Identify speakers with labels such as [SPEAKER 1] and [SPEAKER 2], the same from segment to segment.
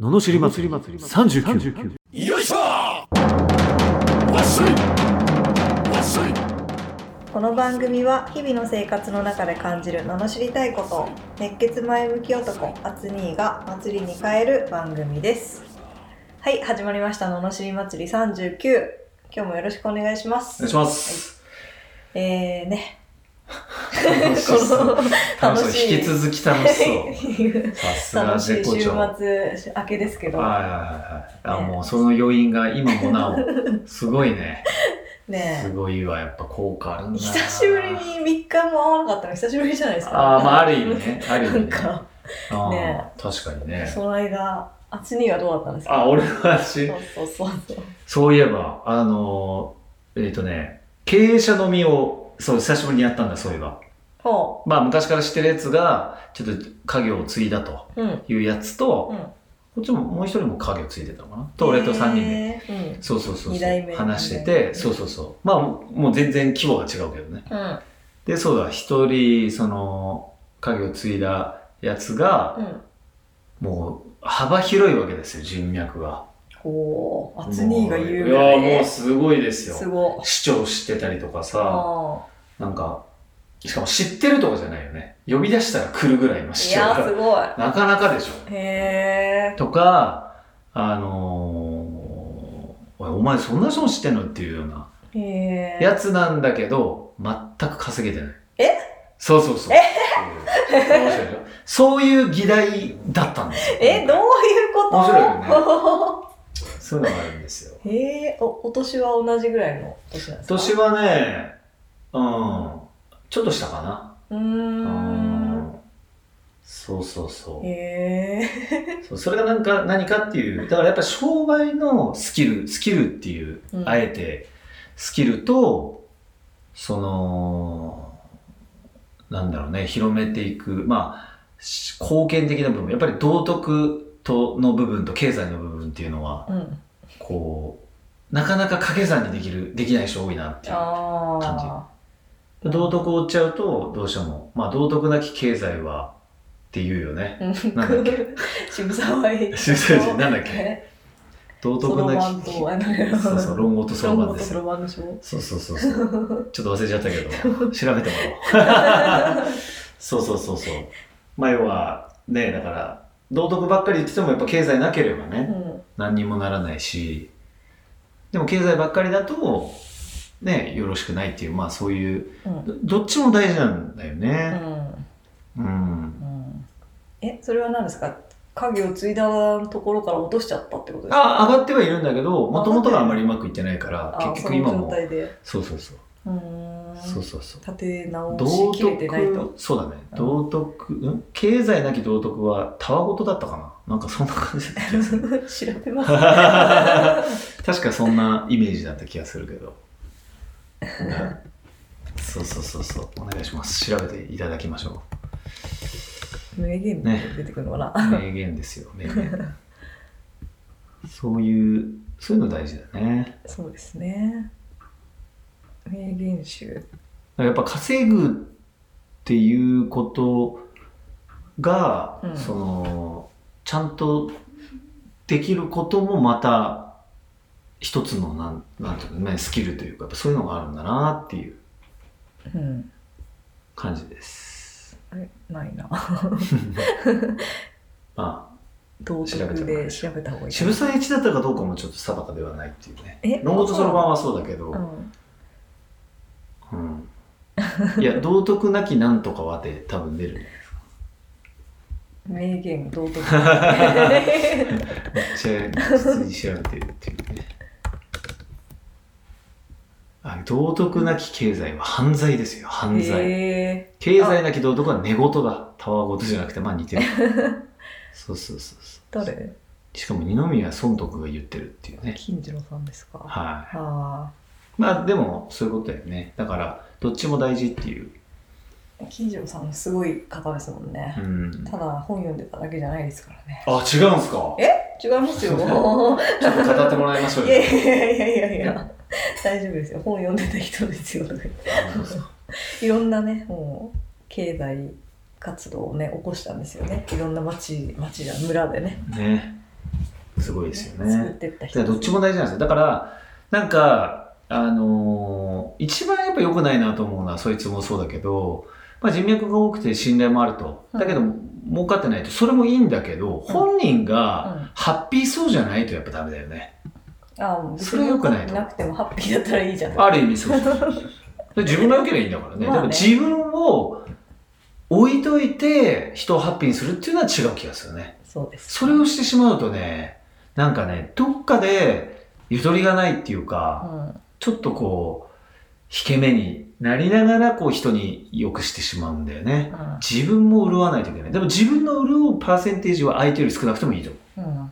[SPEAKER 1] ののしり祭り39
[SPEAKER 2] よいしょわっしょいわっしょい
[SPEAKER 3] この番組は日々の生活の中で感じる罵りたいことを熱血前向き男アツニーが祭りに変える番組ですはい始まりました罵り祭り39今日もよろしくお願いします
[SPEAKER 2] お願いします、
[SPEAKER 3] えーね
[SPEAKER 2] 楽しそう
[SPEAKER 3] この
[SPEAKER 2] 楽しそう引き続き楽しそううさ
[SPEAKER 3] 楽
[SPEAKER 2] すが
[SPEAKER 3] しい
[SPEAKER 2] 絶好
[SPEAKER 3] 週
[SPEAKER 2] 調はい
[SPEAKER 3] 末明けですけど
[SPEAKER 2] はいはいはいあもうその余韻が今もなおすごいねす
[SPEAKER 3] ね
[SPEAKER 2] ごいわやっぱ効果あるん
[SPEAKER 3] え
[SPEAKER 2] だな
[SPEAKER 3] 久しぶりに3日も会わなかったの久しぶりじゃないですか
[SPEAKER 2] ああまあある意味ねある意
[SPEAKER 3] な
[SPEAKER 2] 味
[SPEAKER 3] ん
[SPEAKER 2] ね
[SPEAKER 3] か、
[SPEAKER 2] あー
[SPEAKER 3] ね
[SPEAKER 2] 確かにね
[SPEAKER 3] その間アツニーはどうだったんですか
[SPEAKER 2] あ俺はし
[SPEAKER 3] そうそうそうそう
[SPEAKER 2] そういえばあのーえっ、とね経営者のみをそう久しぶりにやったんだそういえば
[SPEAKER 3] ほ
[SPEAKER 2] まあ昔から知ってるやつがちょっと家業を継いだと
[SPEAKER 3] ううん
[SPEAKER 2] いうやつと、
[SPEAKER 3] うん
[SPEAKER 2] こっちももう一人も家業ついてたのかなと俺と3人で、
[SPEAKER 3] へーうん
[SPEAKER 2] そうそうそう
[SPEAKER 3] 二
[SPEAKER 2] そ
[SPEAKER 3] 代
[SPEAKER 2] う
[SPEAKER 3] 目
[SPEAKER 2] 話して
[SPEAKER 3] 二代目
[SPEAKER 2] てそうそうそうまあもう全然規模が違うけどね
[SPEAKER 3] うん
[SPEAKER 2] でそうだ一人その家業継いだやつが、
[SPEAKER 3] うん
[SPEAKER 2] もう幅広いわけですよ人脈が
[SPEAKER 3] ほうアツニーが言う
[SPEAKER 2] い
[SPEAKER 3] ぐら
[SPEAKER 2] や
[SPEAKER 3] い
[SPEAKER 2] もう
[SPEAKER 3] ね
[SPEAKER 2] すごいです
[SPEAKER 3] す
[SPEAKER 2] よ
[SPEAKER 3] ごい
[SPEAKER 2] 市長知ってたりとかさ
[SPEAKER 3] あ
[SPEAKER 2] なんかしかも知ってるとかじゃないよね呼び出したら来るぐらいの
[SPEAKER 3] ーい
[SPEAKER 2] 市長
[SPEAKER 3] やー
[SPEAKER 2] が
[SPEAKER 3] すご
[SPEAKER 2] なかなかでしょ
[SPEAKER 3] いへえ
[SPEAKER 2] とか、あのーおいお前そんな人も知ってんのっていうような
[SPEAKER 3] へえ
[SPEAKER 2] やつなんだけど、全く稼げてない。
[SPEAKER 3] え
[SPEAKER 2] そうそうそう。うん面白いでしょそういう議題だったんですよ。
[SPEAKER 3] えどういうこと
[SPEAKER 2] 面白い
[SPEAKER 3] よ
[SPEAKER 2] そういうのがあるんですよ。
[SPEAKER 3] ねへえおお年は同じぐらいの年なんですか
[SPEAKER 2] 年はね、うん、ちょっとしたかな。
[SPEAKER 3] うー
[SPEAKER 2] うんんそうそうそう。
[SPEAKER 3] へえ
[SPEAKER 2] そうそれがなんか何かっていうだからやっぱ障害のスキルスキルっていう、
[SPEAKER 3] うん
[SPEAKER 2] あえてスキルとそのなんだろうね広めていくまあし貢献的な部分やっぱり道徳との部分と経済の部分っていうのは
[SPEAKER 3] うん
[SPEAKER 2] こうなかなか掛け算にできるできない人多いなっていう
[SPEAKER 3] あ
[SPEAKER 2] 道徳を追っちゃうとどうしてもまあ道徳なき経済はっていうよね
[SPEAKER 3] あ
[SPEAKER 2] なんだっ
[SPEAKER 3] 渋沢栄一
[SPEAKER 2] 先生なんだっけ
[SPEAKER 3] え
[SPEAKER 2] 道
[SPEAKER 3] そ
[SPEAKER 2] 徳
[SPEAKER 3] ろ
[SPEAKER 2] な
[SPEAKER 3] ば
[SPEAKER 2] き
[SPEAKER 3] んとあの
[SPEAKER 2] そうそう、論語とそろばんです
[SPEAKER 3] そろ
[SPEAKER 2] よ。
[SPEAKER 3] ばんでしょ
[SPEAKER 2] そうそうそ うそう。ちょっと忘れちゃったけど、調べてもら おう。そうそうそうそう。まあ要は、ね、だから、道徳ばっかり言っててもやっぱ経済なければ
[SPEAKER 3] う
[SPEAKER 2] ね、
[SPEAKER 3] ん
[SPEAKER 2] 何にもならないし、でも経済ばっかりだと、ね、よろしくないっていう、まあそういう、
[SPEAKER 3] うん
[SPEAKER 2] どどっちも大事なんだよ
[SPEAKER 3] う
[SPEAKER 2] ね。
[SPEAKER 3] ん
[SPEAKER 2] うん。
[SPEAKER 3] うんえそれは何ですか影を継いだところから落としちゃったってことですか
[SPEAKER 2] あ、上がってはいるんだけど、もともとがあんまりうまくいってないから、
[SPEAKER 3] あ
[SPEAKER 2] 結局今
[SPEAKER 3] その状
[SPEAKER 2] も、
[SPEAKER 3] 態で
[SPEAKER 2] そうそうそう。
[SPEAKER 3] うーん
[SPEAKER 2] そうそうそう。
[SPEAKER 3] 立て直
[SPEAKER 2] 道
[SPEAKER 3] しきれてないと
[SPEAKER 2] 徳そうだね
[SPEAKER 3] うん
[SPEAKER 2] 道徳、うん、経済なき道徳はたわごとだったかななんかそんな感じだった 気がす る
[SPEAKER 3] 調べます
[SPEAKER 2] 確かそんなイメージだった気がするけど、そうそうそうそうお願いします調べていただきましょ
[SPEAKER 3] 名言って
[SPEAKER 2] ね
[SPEAKER 3] 出てくるのかな、
[SPEAKER 2] う名言ですよ名言そういうそういうの大事だね
[SPEAKER 3] そうですね名言集
[SPEAKER 2] やっぱ稼ぐっていうことが、
[SPEAKER 3] うん
[SPEAKER 2] そのちゃんとできることもまた一つのなんなんていうのねスキルというかやっぱそういうのがあるんだなっていう
[SPEAKER 3] うん
[SPEAKER 2] 感じです。
[SPEAKER 3] あれないな
[SPEAKER 2] ま
[SPEAKER 3] 道徳で調べた方がい
[SPEAKER 2] あ、
[SPEAKER 3] い
[SPEAKER 2] 渋沢栄一だったかどうかもちょっと定かではないっていうね。
[SPEAKER 3] え
[SPEAKER 2] 論語とそろばんはそうだけど、
[SPEAKER 3] うん
[SPEAKER 2] うん、いや道徳なきなんとかはって多分出るね。
[SPEAKER 3] 名言道 徳
[SPEAKER 2] めっちゃ普通に調べてるっていうねあ道徳なき経済は犯罪ですよ犯罪、
[SPEAKER 3] へ
[SPEAKER 2] 経済なき道徳は寝言だたわごとじゃなくてまあ似てるそうそうそうそう
[SPEAKER 3] ー、誰
[SPEAKER 2] しかも二宮尊徳が言ってるっていうね
[SPEAKER 3] 金次郎さんですか
[SPEAKER 2] は
[SPEAKER 3] あ
[SPEAKER 2] いまあでもそういうことだよねだからどっちも大事っていう、
[SPEAKER 3] あ金次郎さんすごい方ですもんね、
[SPEAKER 2] うん、
[SPEAKER 3] ただ本読んでただけじゃないですからね。
[SPEAKER 2] あ違うんすか
[SPEAKER 3] え違いますよ。い
[SPEAKER 2] ちょっと語ってもらいましょう
[SPEAKER 3] や
[SPEAKER 2] よ
[SPEAKER 3] いやいやいやい や。大丈夫ですよ。本読んでた人ですよ。
[SPEAKER 2] あそうですか
[SPEAKER 3] いろんなね、もう経済活動をね、起こしたんですよね。いろんな町、町じゃ村でね。
[SPEAKER 2] ねすごいですよ
[SPEAKER 3] 作っ
[SPEAKER 2] ね。
[SPEAKER 3] てった
[SPEAKER 2] だから
[SPEAKER 3] 人
[SPEAKER 2] どっちも大事なんですよ。だから、なんか、あのー一番やっぱ良くないなと思うのは、そいつもそうだけど、まあ、人脈が多くて信頼もあると。だけど、儲かってないと、それもいいんだけど、本人が
[SPEAKER 3] うん
[SPEAKER 2] ハッピーそうじゃないとやっぱダメだよね。
[SPEAKER 3] ああもう別
[SPEAKER 2] それは良くないと
[SPEAKER 3] になくてもハッピーだったらいいじゃん
[SPEAKER 2] ある意味そうそうで自分が良ければいいんだからね。
[SPEAKER 3] まあね
[SPEAKER 2] でも自分を置いといて人をハッピーにするっていうのは違う気がするね。
[SPEAKER 3] そうです
[SPEAKER 2] それをしてしまうとね、なんかね、どっかでゆとりがないっていう
[SPEAKER 3] う
[SPEAKER 2] か、
[SPEAKER 3] ん
[SPEAKER 2] ちょっとこう、引け目になりながらこう人に良くしてしまうんだよね。
[SPEAKER 3] う
[SPEAKER 2] 自分も潤わないといけない。でも自分の潤うパーセンテージは相手より少なくてもいいと思う。
[SPEAKER 3] んうん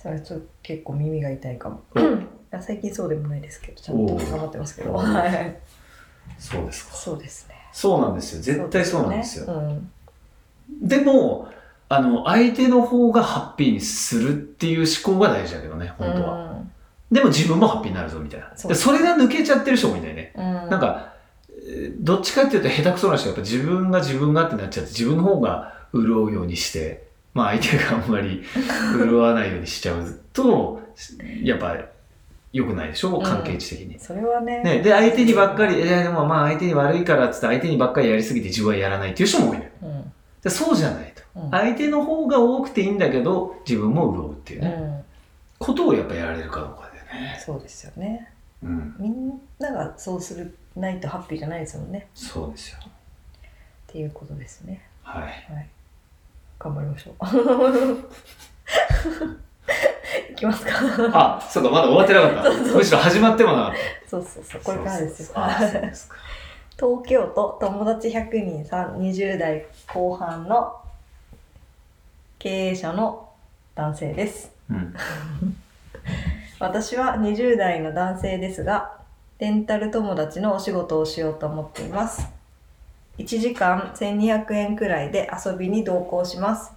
[SPEAKER 3] それちょっと結構耳が痛いかも
[SPEAKER 2] お
[SPEAKER 3] あ最近そうでもないですけどちゃんと
[SPEAKER 2] おう
[SPEAKER 3] 頑張ってますけど
[SPEAKER 2] おう
[SPEAKER 3] はい
[SPEAKER 2] そうですか。
[SPEAKER 3] そうですね
[SPEAKER 2] そうなんですよ。絶対そうなんですよ。
[SPEAKER 3] ねうん
[SPEAKER 2] でも、あの、相手の方がハッピーにするっていう思考が大事だけどね、本当は。
[SPEAKER 3] は
[SPEAKER 2] でも自分もハッピーになるぞ、みたいな。
[SPEAKER 3] そう
[SPEAKER 2] でそれが抜けちゃってる人もいないね。
[SPEAKER 3] な
[SPEAKER 2] なんか、えーどっちかっていうと下手くそな人はやっぱ自分が自分がってなっちゃって、自分の方が潤うようにして、まあ相手があんま り潤わないようにしちゃうと、やっぱ良くないでしょ、
[SPEAKER 3] ん
[SPEAKER 2] 関係値的に。
[SPEAKER 3] それはね
[SPEAKER 2] ね、で、相手にばっかり、いやでもまあ相手に悪いからっつって相手にばっかりやりすぎて自分はやらないっていう人も多いのよ。
[SPEAKER 3] うん
[SPEAKER 2] でそうじゃないと。
[SPEAKER 3] うん
[SPEAKER 2] 相手の方が多くていいんだけど自分も潤うっていう
[SPEAKER 3] う
[SPEAKER 2] ね、
[SPEAKER 3] ん
[SPEAKER 2] ことをやっぱやられるかどうかだよね
[SPEAKER 3] そうですよね
[SPEAKER 2] うん
[SPEAKER 3] みんながそうするないとハッピーじゃないですもんね
[SPEAKER 2] そうですよ
[SPEAKER 3] っていうことですね
[SPEAKER 2] はい
[SPEAKER 3] はい。頑張り ましょう。いきますか。
[SPEAKER 2] あそうかまだ終わってなかったむしろ始まってもなかっ
[SPEAKER 3] そうそうそう、
[SPEAKER 2] た
[SPEAKER 3] これからですよ。
[SPEAKER 2] そうそうそうあそうですか
[SPEAKER 3] 東京都友達100人さん、20代後半の経営者の男性です。
[SPEAKER 2] うん
[SPEAKER 3] 私は20代の男性ですが、レンタル友達のお仕事をしようと思っています。1時間1200円くらいで遊びに同行します。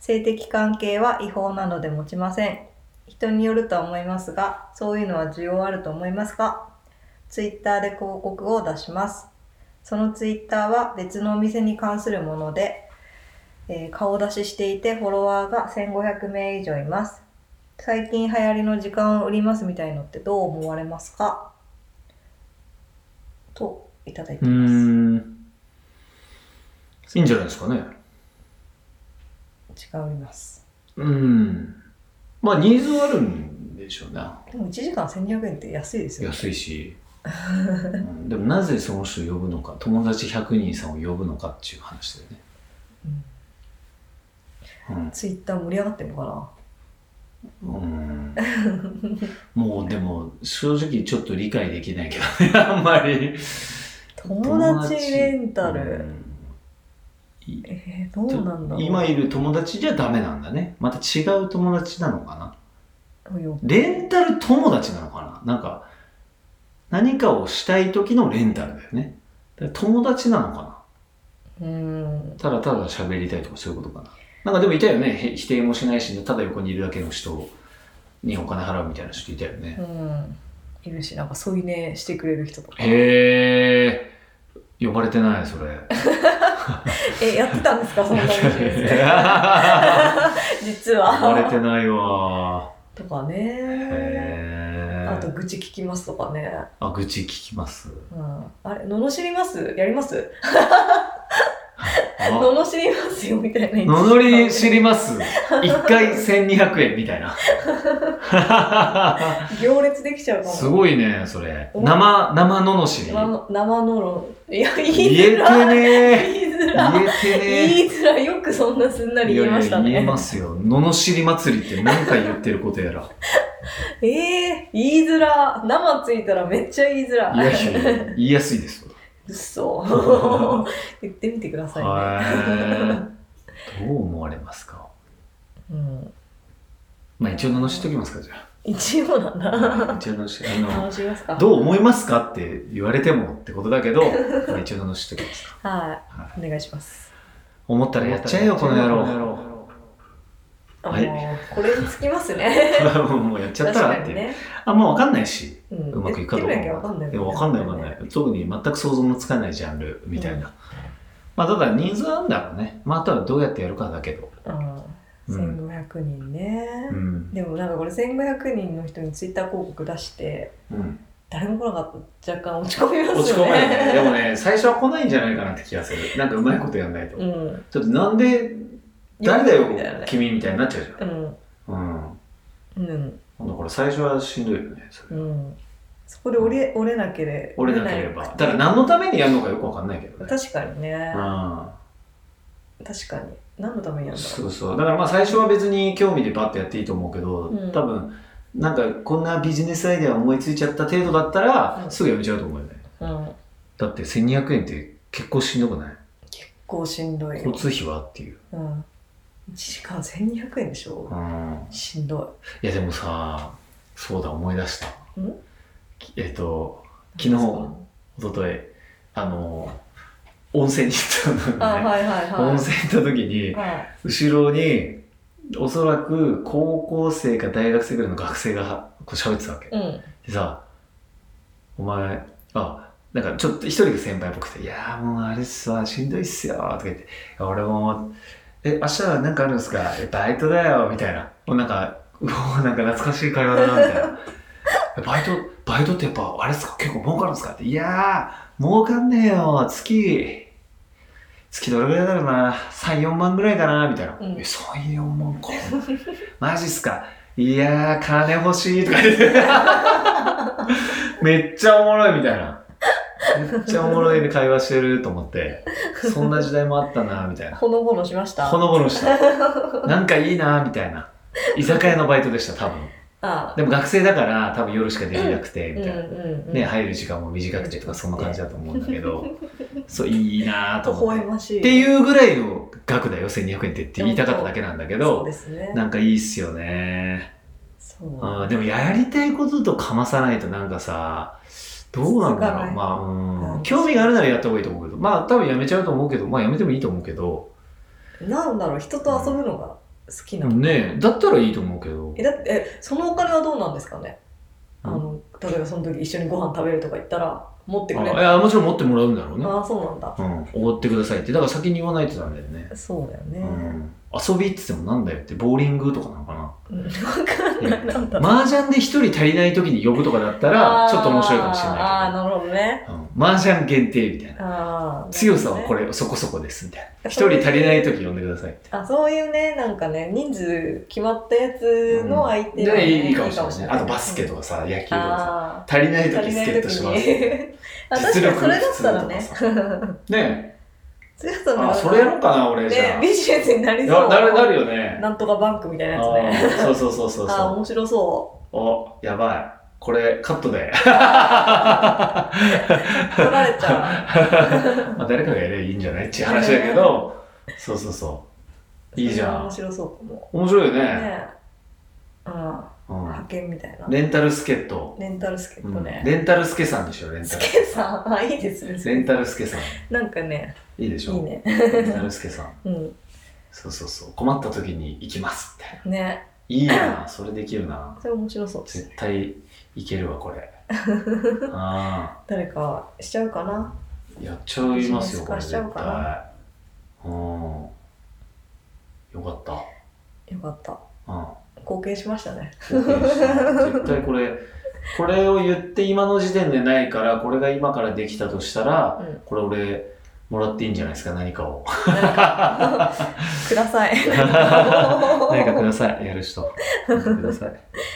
[SPEAKER 3] 性的関係は違法なので持ちません。人によるとは思いますが、そういうのは需要あると思いますか ?Twitter で広告を出します。その Twitter は別のお店に関するもので、えー顔出ししていてフォロワーが1500名以上います。最近流行りの時間を売りますみたいのってどう思われますかといただいて
[SPEAKER 2] う
[SPEAKER 3] います。
[SPEAKER 2] ーんいいんじゃないですかね
[SPEAKER 3] 違います
[SPEAKER 2] うんまあニーズはあるんでしょうね
[SPEAKER 3] でも1時間1200円って安いですよね
[SPEAKER 2] 安いし、うんでもなぜその人を呼ぶのか友達100人さんを呼ぶのかっていう話だよねうん
[SPEAKER 3] ツイッター盛り上がってるのかな
[SPEAKER 2] うーんもうでも正直ちょっと理解できないけどね あんまり
[SPEAKER 3] 友達レンタル、
[SPEAKER 2] うん
[SPEAKER 3] えー、どうなんだろう
[SPEAKER 2] 今いる友達じゃダメなんだねまた違う友達なのかな
[SPEAKER 3] よ
[SPEAKER 2] レンタル友達なのかななんか何かをしたい時のレンタルだよねだから友達なのかな
[SPEAKER 3] うーん
[SPEAKER 2] ただただ喋りたいとかそういうことかななんかでもいたよねへ否定もしないし、ただ横にいるだけの人にお金払うみたいな人いたよね、
[SPEAKER 3] うんいるしなんか添い寝してくれる人とか
[SPEAKER 2] へえ呼ばれてないそれ
[SPEAKER 3] えやってたんですかそん なに
[SPEAKER 2] 呼
[SPEAKER 3] 実
[SPEAKER 2] ばれて
[SPEAKER 3] は
[SPEAKER 2] ないわ
[SPEAKER 3] とかね
[SPEAKER 2] へ
[SPEAKER 3] あと
[SPEAKER 2] え
[SPEAKER 3] 愚痴聞きますとかね、
[SPEAKER 2] あ愚痴聞き ます
[SPEAKER 3] うん、あれ罵りますやります
[SPEAKER 2] あ
[SPEAKER 3] 罵りますよみたいな
[SPEAKER 2] ののり知り ます1回1200円みたいな
[SPEAKER 3] 行列できちゃうかも
[SPEAKER 2] すごいねそれ生生ののしり
[SPEAKER 3] 生生のろいや言い
[SPEAKER 2] 言
[SPEAKER 3] づ
[SPEAKER 2] えて
[SPEAKER 3] らい
[SPEAKER 2] ね
[SPEAKER 3] 言いづらい
[SPEAKER 2] 言えてね
[SPEAKER 3] 言いづらいよくそんなすんなり言えましたね
[SPEAKER 2] いやいや言えますよののしり祭りって何回言ってるこ とやら
[SPEAKER 3] えー、言いづら生ついたらめっちゃ言いづら
[SPEAKER 2] いやいや言いやすいですよ
[SPEAKER 3] うっそ 言ってみてくださいね、
[SPEAKER 2] はどう思われますか
[SPEAKER 3] うん、
[SPEAKER 2] まあ一応罵っときますかじゃ
[SPEAKER 3] 一応なん
[SPEAKER 2] あ
[SPEAKER 3] だ
[SPEAKER 2] 一応罵あの
[SPEAKER 3] 楽しみますか
[SPEAKER 2] どう思いますかって言われてもってことだけど、まあ、一応罵っときますか
[SPEAKER 3] はいお願いします
[SPEAKER 2] 思ったらやっちゃえよこの野郎
[SPEAKER 3] あ
[SPEAKER 2] はい
[SPEAKER 3] もうこれにつきますね
[SPEAKER 2] もうやっちゃったらって
[SPEAKER 3] 確
[SPEAKER 2] いう、
[SPEAKER 3] かにね、
[SPEAKER 2] あんま分かんないし
[SPEAKER 3] うん
[SPEAKER 2] うまくいくかどうか
[SPEAKER 3] 言ってみなきゃわかんない
[SPEAKER 2] いや分かんない分かんない特に全く想像もつかないジャンルみたいな、まあただニーズはあるんだろうねまああとはどうやってやるかだけど、
[SPEAKER 3] うん、1500人ね、
[SPEAKER 2] うん、
[SPEAKER 3] でもなんかこれ1500人の人にツイッター広告出して
[SPEAKER 2] うん、
[SPEAKER 3] 誰も来なかったら若干落ち込みま
[SPEAKER 2] 落
[SPEAKER 3] す
[SPEAKER 2] ち
[SPEAKER 3] よ
[SPEAKER 2] 込まないねで
[SPEAKER 3] ね
[SPEAKER 2] もね最初は来ないんじゃないかなって気がするなんかうまいことやんないと、
[SPEAKER 3] う
[SPEAKER 2] ち
[SPEAKER 3] ん
[SPEAKER 2] ょっとなんで誰だ
[SPEAKER 3] みたいな
[SPEAKER 2] よ
[SPEAKER 3] ね
[SPEAKER 2] 君みたいになっちゃうじ
[SPEAKER 3] うん
[SPEAKER 2] ゃん
[SPEAKER 3] うん
[SPEAKER 2] うんだから最初はしんどいよねそれ
[SPEAKER 3] うんそこで折れ折れなければ
[SPEAKER 2] 折れなければだから何のためにやるのかよくわかんないけどね
[SPEAKER 3] 確かにね
[SPEAKER 2] うん
[SPEAKER 3] 確かに何のためにやるんだろ
[SPEAKER 2] そうそうだからまあ最初は別に興味でバッてやっていいと思うけど、
[SPEAKER 3] うん
[SPEAKER 2] 多分なんかこんなビジネスアイデア思いついちゃった程度だったら、
[SPEAKER 3] うん
[SPEAKER 2] すぐやめちゃうと思うよね
[SPEAKER 3] う、うん、
[SPEAKER 2] だって1200円って結構しんどくない
[SPEAKER 3] 結構しんどいよ
[SPEAKER 2] 交、通費はっていう、
[SPEAKER 3] うん、1時間1200円でしょ
[SPEAKER 2] うん、
[SPEAKER 3] しんど
[SPEAKER 2] いやでもさそうだ思い出した
[SPEAKER 3] ん
[SPEAKER 2] きえっと
[SPEAKER 3] い
[SPEAKER 2] 昨日一昨日あの温泉に行ったん
[SPEAKER 3] あ
[SPEAKER 2] だよね、
[SPEAKER 3] はいはいはい
[SPEAKER 2] 温泉行った時に
[SPEAKER 3] はい
[SPEAKER 2] 後ろにおそらく高校生か大学生ぐらいの学生がこう喋ってたわけ
[SPEAKER 3] うん
[SPEAKER 2] でさ、お前、あ、なんかちょっと一人が先輩っぽくて、いやーもうあれっすわ、しんどいっすよ、とか言って、俺も、え、明日はなんかあるんですかえバイトだよ、みたいな。もうなんか、うおーなんか懐かしい会話だな、みたいな。えバイト、バイトってやっぱ、あれっすか結構儲かるんですかって、いやー、儲かんねえよ、月、月どれぐらいだろうな、3、4万ぐらいかな、みたいな。
[SPEAKER 3] うん
[SPEAKER 2] え、3、4万か。マジっすかいやー、金欲しい、とか言って。めっちゃおもろいみたいな。めっちゃおもろいで会話してると思って、そんな時代もあったな、みたいな。
[SPEAKER 3] ほのぼのしました
[SPEAKER 2] ほのぼのした。なんかいいな、みたいな。居酒屋のバイトでした、多分。
[SPEAKER 3] あ
[SPEAKER 2] でも学生だから、多分夜しかできなくて、
[SPEAKER 3] うん
[SPEAKER 2] み
[SPEAKER 3] う
[SPEAKER 2] たいな。
[SPEAKER 3] んうん
[SPEAKER 2] ね、入る時間も短くてとか、そんな感じだと思うんだけど、そう、いいなと
[SPEAKER 3] 微
[SPEAKER 2] 思っ
[SPEAKER 3] 笑
[SPEAKER 2] て。
[SPEAKER 3] ましい
[SPEAKER 2] っていううぐらいの額だよ、1200円ってって言いたかっただけなんだけ
[SPEAKER 3] そう
[SPEAKER 2] ど、
[SPEAKER 3] ですね
[SPEAKER 2] なんかいいっすよね。
[SPEAKER 3] そう
[SPEAKER 2] あーでもやりたいこととかまさないとなんかさどうなん
[SPEAKER 3] 続
[SPEAKER 2] だ
[SPEAKER 3] か
[SPEAKER 2] ろ
[SPEAKER 3] な
[SPEAKER 2] う
[SPEAKER 3] い
[SPEAKER 2] まあうん、
[SPEAKER 3] うん
[SPEAKER 2] 興味があるならやった方がいいと思うけどまあ多分やめちゃうと思うけどまあやめてもいいと思うけど
[SPEAKER 3] なんだろう人と遊ぶのが好きなの、
[SPEAKER 2] ねえだったらいいと思うけど
[SPEAKER 3] えだってえそのお金はどうなんですかね、
[SPEAKER 2] うん
[SPEAKER 3] あの例えばその時一緒にご飯食べるとか言ったら持ってく
[SPEAKER 2] あ
[SPEAKER 3] れ
[SPEAKER 2] い
[SPEAKER 3] あ
[SPEAKER 2] やもちろん持ってもらうんだろうね
[SPEAKER 3] あーそうなんだ
[SPEAKER 2] うんおごってくださいってだから先に言わないとダメだよね、
[SPEAKER 3] そうだよね、
[SPEAKER 2] うん、遊びって言ってもなんだよってボーリングとかなのかな
[SPEAKER 3] うん、分かんないなんだろう
[SPEAKER 2] 麻雀で一人足りない時に呼ぶとかだったらちょっと面白いかもしれ
[SPEAKER 3] あーあー
[SPEAKER 2] な
[SPEAKER 3] なるほどね
[SPEAKER 2] いけど、うん、麻雀限定みたいな
[SPEAKER 3] ああ
[SPEAKER 2] 強さはこ
[SPEAKER 3] れ
[SPEAKER 2] れそこそこですみたいな一人足りない時呼んでください
[SPEAKER 3] あそういうねなんかね人数決まったやつの相手がね、
[SPEAKER 2] でいいかもしれないねあとバスケ
[SPEAKER 3] か
[SPEAKER 2] とかさ野球とか
[SPEAKER 3] あ
[SPEAKER 2] さ足りない
[SPEAKER 3] ー足
[SPEAKER 2] 時
[SPEAKER 3] り
[SPEAKER 2] ス
[SPEAKER 3] ない時
[SPEAKER 2] ケットしますね
[SPEAKER 3] にあ確かにそれだったら ね
[SPEAKER 2] 実え
[SPEAKER 3] それだったら
[SPEAKER 2] あそれやろうかな俺 じ
[SPEAKER 3] ね
[SPEAKER 2] ゃあ
[SPEAKER 3] ビジネスになり
[SPEAKER 2] い
[SPEAKER 3] そ
[SPEAKER 2] や
[SPEAKER 3] う
[SPEAKER 2] なるなるよね
[SPEAKER 3] なんとかバンクみたいなやつね
[SPEAKER 2] あーそうそうそうそう
[SPEAKER 3] ああー
[SPEAKER 2] そ
[SPEAKER 3] 面白そう
[SPEAKER 2] おやばいこれカッ トで
[SPEAKER 3] う取られちゃ
[SPEAKER 2] まあ誰かがやればいいんじゃないっていう話だけどそうそうそ
[SPEAKER 3] う
[SPEAKER 2] う いいじゃ
[SPEAKER 3] 面
[SPEAKER 2] ん
[SPEAKER 3] 白そうかも
[SPEAKER 2] 面白いよね
[SPEAKER 3] ねうん
[SPEAKER 2] うん
[SPEAKER 3] 派遣みたいな
[SPEAKER 2] レンタルスケット、
[SPEAKER 3] レンタルスケ
[SPEAKER 2] う
[SPEAKER 3] ット
[SPEAKER 2] ん
[SPEAKER 3] ね
[SPEAKER 2] レンタルスケさんでしょレンタ
[SPEAKER 3] ス
[SPEAKER 2] ル
[SPEAKER 3] ケさんあいいです
[SPEAKER 2] レン
[SPEAKER 3] ね
[SPEAKER 2] タルスケさん
[SPEAKER 3] なんかね
[SPEAKER 2] いいでしょ
[SPEAKER 3] いいね
[SPEAKER 2] レンタルスケさん
[SPEAKER 3] うん
[SPEAKER 2] そうそうそう困った時に行きますみたいな
[SPEAKER 3] ね
[SPEAKER 2] いい なそれできるな
[SPEAKER 3] それ面白そうです
[SPEAKER 2] 絶
[SPEAKER 3] ね
[SPEAKER 2] 対いけるわこ れあ
[SPEAKER 3] 誰かしちゃうかな
[SPEAKER 2] あやっちゃいますよこれ
[SPEAKER 3] ビジネス化し
[SPEAKER 2] 絶
[SPEAKER 3] ち
[SPEAKER 2] 対
[SPEAKER 3] ゃ
[SPEAKER 2] う
[SPEAKER 3] うんかな
[SPEAKER 2] よかった
[SPEAKER 3] よかった
[SPEAKER 2] うん
[SPEAKER 3] 貢献しましたね
[SPEAKER 2] 貢献した絶対これこれを言って今の時点でないからこれが今からできたとしたら、
[SPEAKER 3] うん
[SPEAKER 2] これ俺もらっていいんじゃないですか何か を
[SPEAKER 3] 何かください
[SPEAKER 2] 何かくださいや る人何かください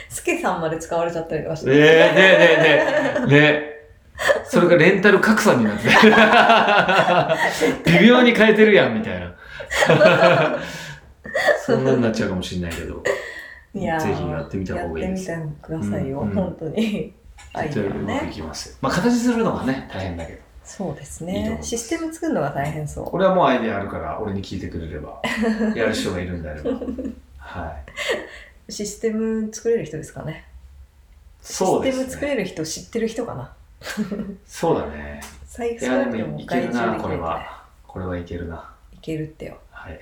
[SPEAKER 3] スケさんまで使われちゃったりとかして
[SPEAKER 2] えー、ねえねえねえねえそれがレンタル格差にな ってる微妙に変えてるやんみた いなそんなになっちゃうかもしれないけど
[SPEAKER 3] いやー
[SPEAKER 2] ぜひやってみた方がいいです
[SPEAKER 3] やってみてくださいよ、
[SPEAKER 2] うんうん
[SPEAKER 3] 本当に。アイデ
[SPEAKER 2] 絶対
[SPEAKER 3] ア
[SPEAKER 2] うまくい
[SPEAKER 3] ね。
[SPEAKER 2] きますよまあ形するのがね大変だけど
[SPEAKER 3] そうです
[SPEAKER 2] いいと思い
[SPEAKER 3] ね
[SPEAKER 2] ま。す
[SPEAKER 3] システム作るのが大変そ。
[SPEAKER 2] 俺はもうアイデアあるから俺に聞いてくれればやる人がいるんであればはいう
[SPEAKER 3] システム作れる人ですかね。
[SPEAKER 2] そうで
[SPEAKER 3] システム
[SPEAKER 2] す
[SPEAKER 3] 作
[SPEAKER 2] ね
[SPEAKER 3] れる人知ってる人かな。
[SPEAKER 2] そうだね
[SPEAKER 3] 最
[SPEAKER 2] い
[SPEAKER 3] 少
[SPEAKER 2] や
[SPEAKER 3] な
[SPEAKER 2] で
[SPEAKER 3] くと
[SPEAKER 2] もいけ
[SPEAKER 3] 外
[SPEAKER 2] る
[SPEAKER 3] 注でき
[SPEAKER 2] な
[SPEAKER 3] る
[SPEAKER 2] これはこれはいけるない
[SPEAKER 3] けるってよ。
[SPEAKER 2] はい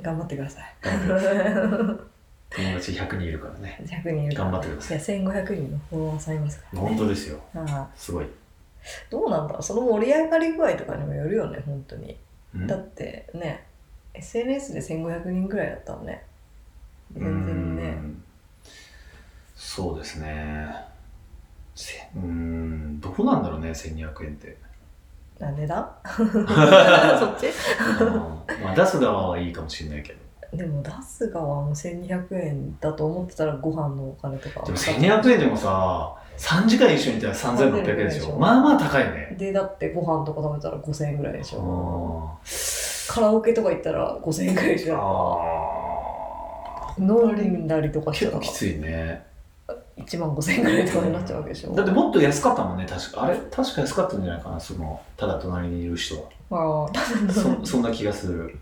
[SPEAKER 3] 頑張ってください。
[SPEAKER 2] 頑張っ
[SPEAKER 3] 100
[SPEAKER 2] て友達100人いるからね
[SPEAKER 3] 人いるから。
[SPEAKER 2] 頑張ってください
[SPEAKER 3] いや、1500人のフォロワーさんいますから、
[SPEAKER 2] 本
[SPEAKER 3] ね。
[SPEAKER 2] 当ですよ
[SPEAKER 3] ああ
[SPEAKER 2] すごい
[SPEAKER 3] どうなんだろうその盛り上がり具合とかにもよるよね、本当に。
[SPEAKER 2] うん
[SPEAKER 3] だってね、SNS で1500人ぐらいだったのね。全然ね。
[SPEAKER 2] うんそうですね。せうーん、どこなんだろうね、1200円って。
[SPEAKER 3] なんでだ
[SPEAKER 2] あ
[SPEAKER 3] そっち
[SPEAKER 2] ーまあ、出す側はいいかもしれないけ ど。
[SPEAKER 3] でも出す側も1200円だと思ってたらご飯のお金とか
[SPEAKER 2] でも1200円でもさ、3時間一緒にいたら3600円でしょ。まあまあ高いね。
[SPEAKER 3] でだってご飯とか食べたら5000円ぐらいでし
[SPEAKER 2] あ
[SPEAKER 3] ょカラオケとか行ったら5000円ぐらいでし
[SPEAKER 2] ー
[SPEAKER 3] ょ
[SPEAKER 2] あ
[SPEAKER 3] 飲んだりとか
[SPEAKER 2] ー。
[SPEAKER 3] し
[SPEAKER 2] 結
[SPEAKER 3] た
[SPEAKER 2] 構
[SPEAKER 3] ら
[SPEAKER 2] きついね。
[SPEAKER 3] 1万5000円ぐらいとかになっちゃうわけでしょ
[SPEAKER 2] だってもっと安かったもんね、確か。あれ確か安かったんじゃないかな、その、ただ隣にいる人は。
[SPEAKER 3] まあ
[SPEAKER 2] そそんな気がする。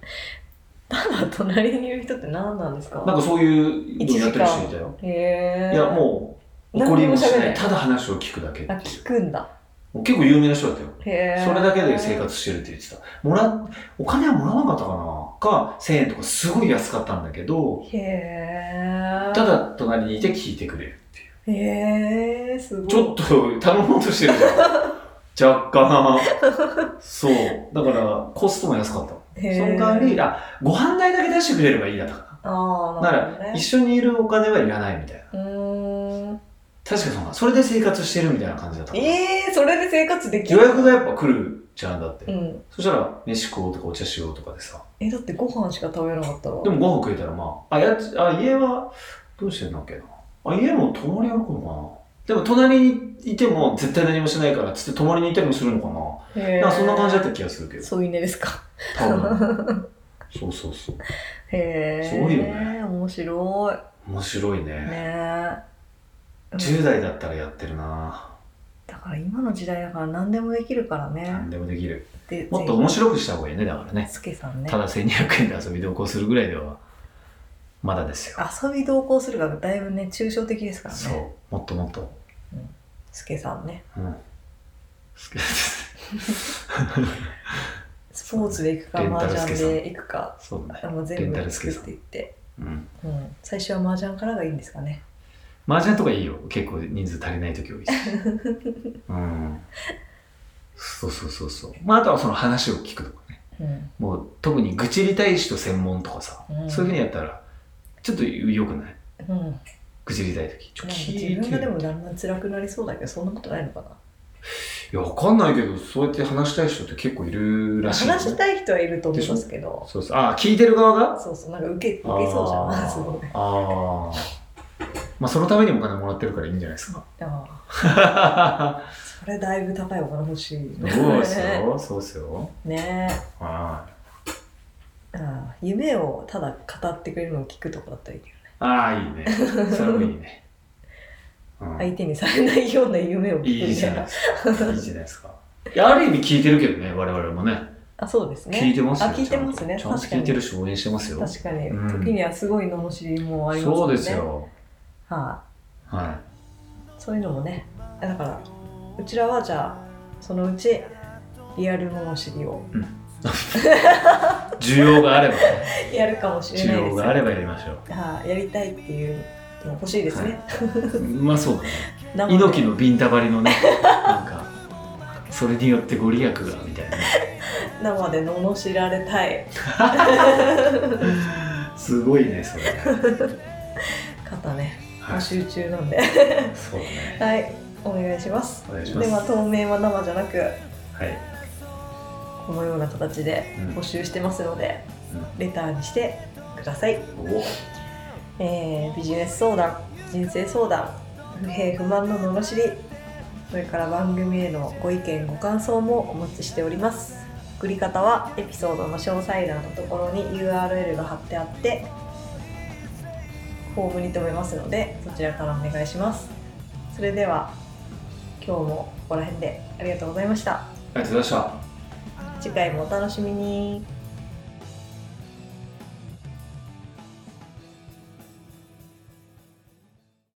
[SPEAKER 3] ただ隣にいる人って何なんですか
[SPEAKER 2] なんかそういうのやってる人いたよ。
[SPEAKER 3] へえ
[SPEAKER 2] いや、もう、怒りもしない。ただ話を聞くだけって
[SPEAKER 3] あ
[SPEAKER 2] いう。
[SPEAKER 3] 聞くんだ
[SPEAKER 2] もう結構有名な人だったよ。
[SPEAKER 3] へえ
[SPEAKER 2] それだけで生活してるって言ってた。もら、お金はもらわなかったかなか、1000円とかすごい安かったんだけど、
[SPEAKER 3] へえ
[SPEAKER 2] ただ隣にいて聞いてくれるっていう。
[SPEAKER 3] へえすごい
[SPEAKER 2] ちょっと頼もうとしてるじゃん。若干。そう。だから、コストも安かった。
[SPEAKER 3] へえ
[SPEAKER 2] その代わり、あ、ご飯代だけ出してくれればいいやとか。
[SPEAKER 3] ああ
[SPEAKER 2] な
[SPEAKER 3] なるほど
[SPEAKER 2] ら、
[SPEAKER 3] ね
[SPEAKER 2] 一緒にいるお金はいらないみたいな。
[SPEAKER 3] うーん
[SPEAKER 2] 確かそんな、それで生活してるみたいな感じだった。
[SPEAKER 3] ええそれで生活でき
[SPEAKER 2] 予
[SPEAKER 3] る
[SPEAKER 2] 約がやっぱ来るじゃんだって。
[SPEAKER 3] うん
[SPEAKER 2] そしたら、飯食おうとかお茶しようとかでさ。
[SPEAKER 3] えだってご飯しか食べなかったら
[SPEAKER 2] でもご飯食えたらまあ、あ、やつあ家はどうしてんだっけな。あ、家も泊まり歩くのかな。でも隣にいても絶対何もしないからっつって泊まりに行ったりもするのかな。
[SPEAKER 3] へえ
[SPEAKER 2] なんかそんな感じだった気がするけど。
[SPEAKER 3] そういうねですか
[SPEAKER 2] 多分。そうそうそう。
[SPEAKER 3] へえ
[SPEAKER 2] すごいよね
[SPEAKER 3] 面白
[SPEAKER 2] 面白いね。
[SPEAKER 3] いねえ
[SPEAKER 2] 10代だったらやってるな。
[SPEAKER 3] だから今の時代だから何でもできるからね
[SPEAKER 2] 何でもできる。
[SPEAKER 3] で
[SPEAKER 2] もっと面白くした方がいいね、だからね。
[SPEAKER 3] すけさんね
[SPEAKER 2] ただ1200円で遊び同行するぐらいでは、まだですよ。
[SPEAKER 3] 遊び同行するがだいぶね抽象的ですからね
[SPEAKER 2] そう。もっともっと。
[SPEAKER 3] すけさんね
[SPEAKER 2] うん。好きです。
[SPEAKER 3] スポーツで行くか
[SPEAKER 2] レンタ
[SPEAKER 3] 麻
[SPEAKER 2] ルス
[SPEAKER 3] 雀
[SPEAKER 2] ケさん
[SPEAKER 3] で行くか
[SPEAKER 2] そうだね。
[SPEAKER 3] もう
[SPEAKER 2] レ
[SPEAKER 3] 全
[SPEAKER 2] ンタ
[SPEAKER 3] 部
[SPEAKER 2] ルス
[SPEAKER 3] 作
[SPEAKER 2] ケ
[SPEAKER 3] っ
[SPEAKER 2] さん
[SPEAKER 3] ていって、
[SPEAKER 2] うん。
[SPEAKER 3] うん、最初は麻雀からがいいんですかね
[SPEAKER 2] 麻雀とかいいよ結構人数足りない時 多いしうんそうそうそうそうまああとはその話を聞くとかね
[SPEAKER 3] うん、
[SPEAKER 2] もう特に愚痴りたい人専門とかさ、
[SPEAKER 3] うん
[SPEAKER 2] そういうふうにやったらちょっと良くない
[SPEAKER 3] うん、なんか
[SPEAKER 2] 愚痴りたい時ちょっと聞
[SPEAKER 3] 自
[SPEAKER 2] いて
[SPEAKER 3] 分がで
[SPEAKER 2] よ
[SPEAKER 3] もだんだん辛くなりそうだけどそんなことないのかない
[SPEAKER 2] やわかんないけどそうやって話したい人って結構いるらしいよね、
[SPEAKER 3] 話したい人はいると思いますけど
[SPEAKER 2] そうそうあ聞いてる側が
[SPEAKER 3] そうそうなんか受け受け そうじゃん
[SPEAKER 2] あー
[SPEAKER 3] すごい
[SPEAKER 2] あーまあそのためにお金もらってるからいいんじゃないで すか
[SPEAKER 3] あーそれだいぶ高いお金欲しい
[SPEAKER 2] そうです
[SPEAKER 3] ね
[SPEAKER 2] よそうですよ
[SPEAKER 3] ね
[SPEAKER 2] はい
[SPEAKER 3] えあー夢をただ語ってくれるのを聞くとかだったらいいけど
[SPEAKER 2] ああ、いいね。それもいいね。うん
[SPEAKER 3] 相手にされないような夢を聞く
[SPEAKER 2] いいじゃない
[SPEAKER 3] な
[SPEAKER 2] ですか。いいじゃないですか。いやある意味聞いてるけどね、我々もね。
[SPEAKER 3] あそうですね
[SPEAKER 2] 聞いてますよ。
[SPEAKER 3] あ聞いてますね
[SPEAKER 2] ちゃんとちゃ
[SPEAKER 3] 確
[SPEAKER 2] んと
[SPEAKER 3] か
[SPEAKER 2] 聞いて
[SPEAKER 3] に
[SPEAKER 2] るし、応援してますよ。
[SPEAKER 3] 確かに、
[SPEAKER 2] うん
[SPEAKER 3] 時にはすごい罵りもありますも
[SPEAKER 2] そ
[SPEAKER 3] ん
[SPEAKER 2] う
[SPEAKER 3] ね
[SPEAKER 2] ですよ。
[SPEAKER 3] は、
[SPEAKER 2] はい
[SPEAKER 3] そういうのもねだからうちらはじゃあそのうちリアル罵りを
[SPEAKER 2] い。需要があれば、ね、
[SPEAKER 3] やるかもしれ
[SPEAKER 2] 需
[SPEAKER 3] ないです
[SPEAKER 2] 要があればやりましょ
[SPEAKER 3] はい、やりたいっていうの欲しいですね、
[SPEAKER 2] う。まあそうだね。
[SPEAKER 3] 生で
[SPEAKER 2] 猪木のビンタバリ のね、なんか、それによってご利益が、みた いなね。
[SPEAKER 3] 生で罵られたい
[SPEAKER 2] すごいね、それ。
[SPEAKER 3] 方ね
[SPEAKER 2] は
[SPEAKER 3] 募
[SPEAKER 2] い。
[SPEAKER 3] 集中なんで
[SPEAKER 2] そうだね。
[SPEAKER 3] はいお願いします
[SPEAKER 2] お願いしま。
[SPEAKER 3] ですまあ
[SPEAKER 2] は
[SPEAKER 3] 当面は生じゃなく
[SPEAKER 2] い。
[SPEAKER 3] このような形で募集してますので、
[SPEAKER 2] う
[SPEAKER 3] レターにしてください
[SPEAKER 2] うんお
[SPEAKER 3] えービジネス相談人生相談不平不満の罵りそれから番組へのご意見ご感想もお待ちしております送り方はエピソードの詳細欄のところに URL が貼ってあってフォームに留めますのでそちらからお願いしますそれでは今日もここら辺でありがとうございました
[SPEAKER 2] ありがとうございました。
[SPEAKER 3] 次回もお楽しみに